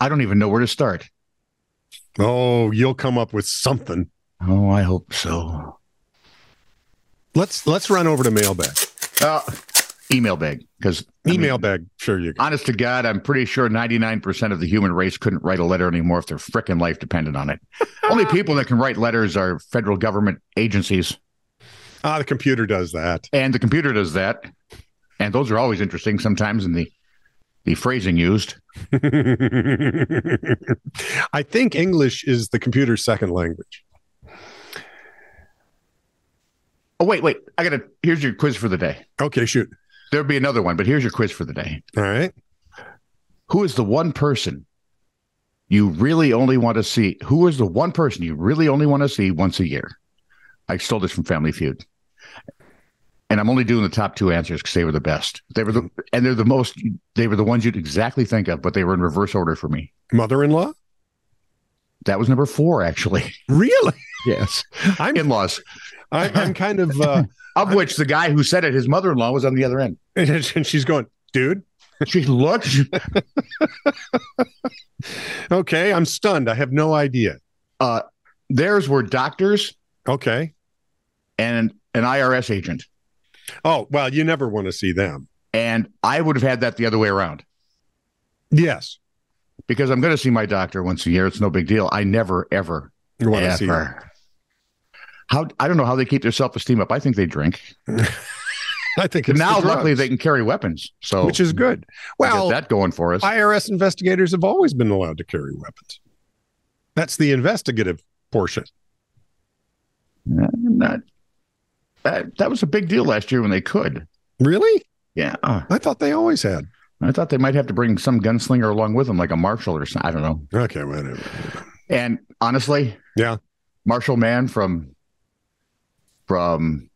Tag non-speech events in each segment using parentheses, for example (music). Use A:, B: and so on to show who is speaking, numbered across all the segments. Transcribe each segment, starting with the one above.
A: I don't even know where to start.
B: Oh, you'll come up with something.
A: Oh, I hope so.
B: Let's let's run over to mailbag.
A: Uh, email bag because I mean,
B: Email bag. Sure you can.
A: honest to God, I'm pretty sure 99% of the human race couldn't write a letter anymore if their frickin' life depended on it. Only people that can write letters are federal government agencies,
B: Ah, the computer does that. (laughs)
A: and the computer does that. And those are always interesting sometimes in the the phrasing used.
B: I think English is the computer's second language.
A: Oh, wait, wait. I got to. Here's your quiz for the day.
B: Okay, shoot.
A: There'll be another one, but here's your quiz for the day.
B: All right.
A: Who is the one person you really only want to see? Who is the one person you really only want to see once a year? I stole this from Family Feud. And I'm only doing the top two answers because they were the best. They were the and they're the most they were the ones you'd exactly think of, but they were in reverse order for me.
B: Mother-in-law?
A: That was number four, actually.
B: Really?
A: Yes. (laughs)
B: I'm
A: In-laws.
B: I, I'm kind of uh (laughs)
A: Of which the guy who said it, his mother-in-law was on the other end.
B: and she's going, "Dude,
A: She looked,
B: okay, I'm stunned. I have no idea."
A: uh theirs were doctors
B: Okay.
A: and an IRS agent.
B: Oh, well, you never want to see them.
A: And I would have had that the other way around
B: Yes.
A: because I'm going to see my doctor once a year. It's no big deal. I never, ever,
B: You want to see them.
A: ever. How I don't know how they keep their self esteem up. I think they drink.
B: I think it's
A: now,
B: the
A: luckily,
B: drugs,
A: they can carry weapons, so
B: which is good.
A: we get
B: Well,
A: that going for us.
B: IRS investigators have always been allowed to carry weapons. That's the investigative portion.
A: Uh, not- that, that was a big deal last year when they could.
B: Really?
A: Yeah, uh,
B: I thought they always had.
A: I thought they might have to bring some gunslinger along with them, like a marshal or something. I don't know.
B: Okay, whatever.
A: And honestly,
B: Yeah.
A: Marshall Mann from from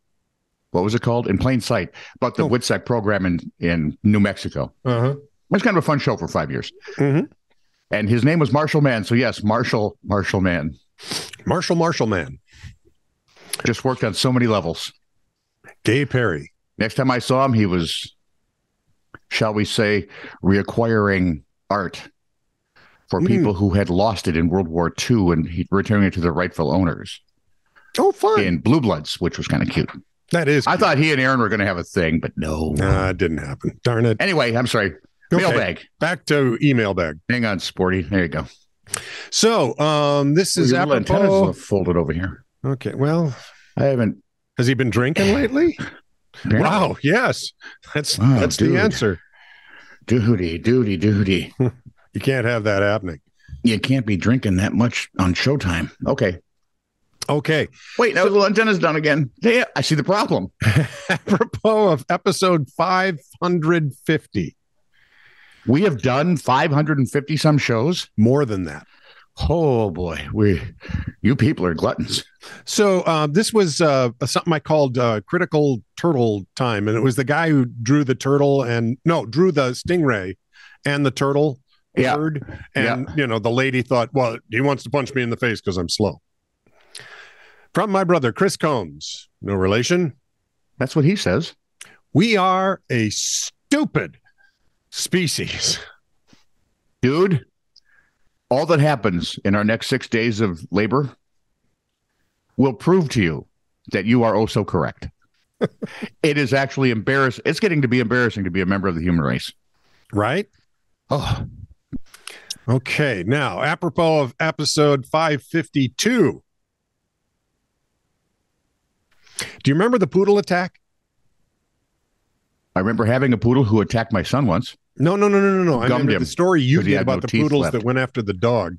A: what was it called? In plain sight, about the
B: Oh.
A: WITSEC program in in New Mexico.
B: Uh-huh.
A: It was kind of a fun show for five years.
B: Mhm.
A: And his name was Marshall Mann. So yes, Marshall Marshall Mann
B: Marshall Marshall Man,
A: just worked on so many levels.
B: Gay Perry.
A: Next time I saw him, he was, shall we say, reacquiring art for
B: Mm.
A: people who had lost it in World War II and he returning it to their rightful owners
B: Oh, fun.
A: in Blue Bloods, which was kind of cute.
B: that is.
A: I thought he and Aaron were going to have a thing, but no.
B: Nah, it didn't happen. Darn it.
A: Anyway, I'm sorry.
B: Okay,
A: Mailbag.
B: Back to email bag.
A: Hang on, Sporty. There you go.
B: So, um, this is
A: Your little antennas
B: apropos.
A: are folded over here.
B: Okay. Well,
A: I haven't.
B: has he
A: (sighs)
B: been drinking lately? Wow. Yes. That's
A: Wow,
B: that's
A: dude.
B: the answer.
A: Duty, duty, duty.
B: You can't have that happening.
A: you can't be drinking that much on Showtime. Okay.
B: Okay. (laughs)
A: Wait, now the little antenna's done again. Yeah, I see the problem.
B: apropos of episode 550
A: We have done 550 some shows.
B: more than that
A: Oh boy, we you people are gluttons.
B: so uh, this was uh, something i called uh, critical turtle time and it was the guy who drew the turtle and no drew the stingray and the turtle
A: Yeah.
B: bird and you know the lady thought well he wants to punch me in the face because i'm slow from my brother chris combs no relation
A: That's what he says.
B: we are a stupid species (laughs)
A: Dude, all that happens in our next 6 days of labor will prove to you that you are oh so correct. (laughs) it is actually embarrassing. It's getting to be embarrassing to be a member of the human race.
B: right
A: Oh,
B: Okay, now apropos of episode 552. Do you remember the poodle attack?
A: I remember having a poodle who attacked my son once.
B: No, no, no, no, no, no. I
A: Gummed
B: remember
A: him
B: the story you
A: 'cause he
B: did
A: had no
B: about the
A: teeth
B: poodles
A: left.
B: that went after the dog.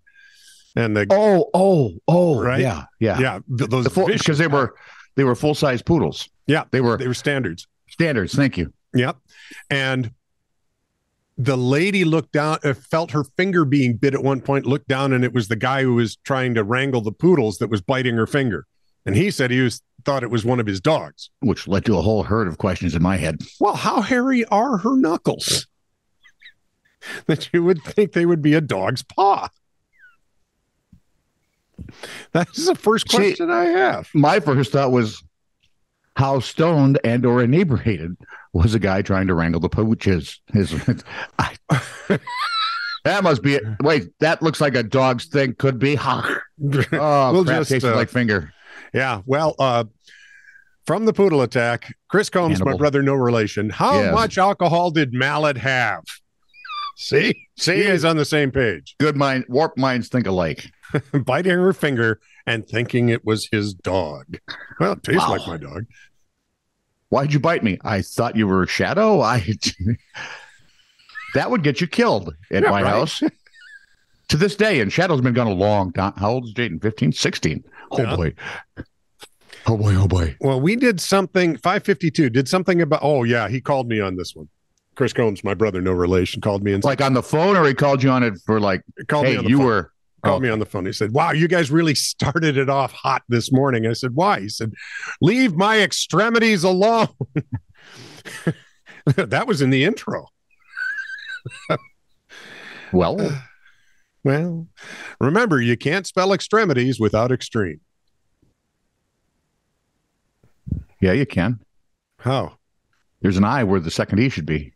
B: And the
A: Oh, oh, oh,
B: Right?
A: yeah, yeah.
B: yeah, th- those
A: The full
B: vicious
A: because they were they were full size poodles.
B: Yeah.
A: they were
B: they were standards.
A: standards. Thank you.
B: Yep. And the lady looked down, uh, felt her finger being bit at one point, looked down, and it was the guy who was trying to wrangle the poodles that was biting her finger. And he said he was thought it was one of his dogs.
A: Which led to a whole herd of questions in my head.
B: Well, how hairy are her knuckles? That you would think they would be a dog's paw. That's the first
A: See-
B: question I have.
A: (laughs) My first thought was how stoned and or inebriated was a guy trying to wrangle the pooches. His, I, (laughs) That must be it. Wait, that looks like a dog's thing. Could be.
B: (laughs)
A: oh,
B: We'll
A: crap,
B: just,
A: tastes
B: uh,
A: like finger.
B: Yeah. Well, uh, from the poodle attack, Chris Combs, my
A: Hannibal.
B: brother, no relation. How
A: Yes.
B: much alcohol did Mallet have? See, see, you guys on the same page, (laughs)
A: Good mind, warped minds think alike.
B: biting her finger and thinking it was his dog. Well, it tastes
A: Wow.
B: like my dog.
A: Why'd you bite me? I thought you were a shadow. I. (laughs) that would get you killed at
B: Yeah,
A: my
B: right.
A: house. (laughs) to this day, and Shadow's been gone a long time. How old is Jaden? 15, 16. Oh
B: Yeah.
A: boy. Oh boy. Oh boy.
B: Well, we did something. Five fifty two did something about. Oh yeah, he called me on this one. Chris Combs, my brother, no relation, called me and
A: Like on the phone, or he called you on it for like,
B: called me
A: hey,
B: on the
A: you
B: phone.
A: were.
B: called
A: Oh.
B: me on the phone. He said, Wow, you guys really started it off hot this morning. I said, Why? He said, Leave my extremities alone. (laughs) that was in the intro.
A: Well,
B: (sighs) Well, remember, you can't spell extremities without extreme.
A: yeah, you can.
B: How?
A: There's an I where the second E should be.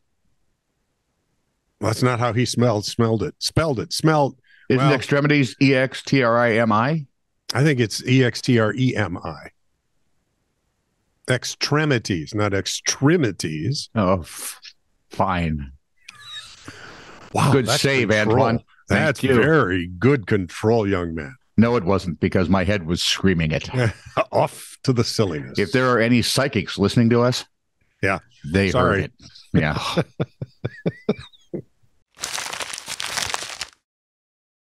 B: Well, that's not how he smelled, smelled it, spelled it, smelled.
A: Isn't
B: Well-
A: extremities E X T R I M I?
B: I think it's E X T R E M I. Extremities, not extremities.
A: Oh, f- fine.
B: Wow.
A: Good
B: that's
A: save,
B: control.
A: Antoine. Thank
B: That's
A: you.
B: very good control, young man. (laughs)
A: No, it wasn't because my head was screaming it.
B: off to the silliness.
A: If there are any psychics listening to us,
B: Yeah.
A: they
B: Sorry.
A: heard it. Yeah,